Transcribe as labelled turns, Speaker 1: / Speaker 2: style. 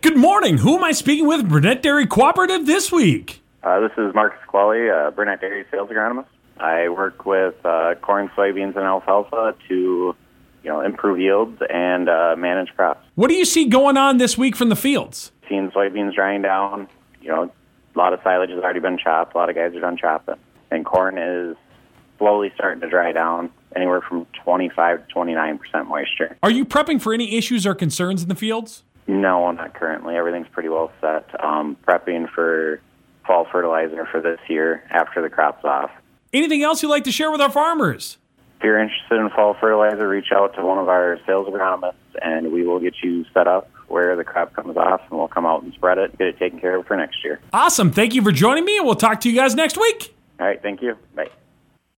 Speaker 1: Good morning. Who am I speaking with? Burnett Dairy Cooperative this week.
Speaker 2: Uh, this is Marcus Qualley, uh, Burnett Dairy Sales Agronomist. I work with uh, corn, soybeans, and alfalfa to, you know, improve yields and uh, manage crops.
Speaker 1: What do you see going on this week from the fields?
Speaker 2: Seeing soybeans drying down, you know, a lot of silage has already been chopped. A lot of guys are done chopping, and corn is slowly starting to dry down, anywhere from 25 to 29 percent moisture.
Speaker 1: Are you prepping for any issues or concerns in the fields?
Speaker 2: No, not currently. Everything's pretty well set. Um, prepping for fall fertilizer for this year after the crop's off.
Speaker 1: Anything else you'd like to share with our farmers?
Speaker 2: If you're interested in fall fertilizer, reach out to one of our sales agronomists and we will get you set up where the crop comes off and we'll come out and spread it, get it taken care of for next year.
Speaker 1: Awesome. Thank you for joining me, and we'll talk to you guys next week.
Speaker 2: All right, thank you. Bye.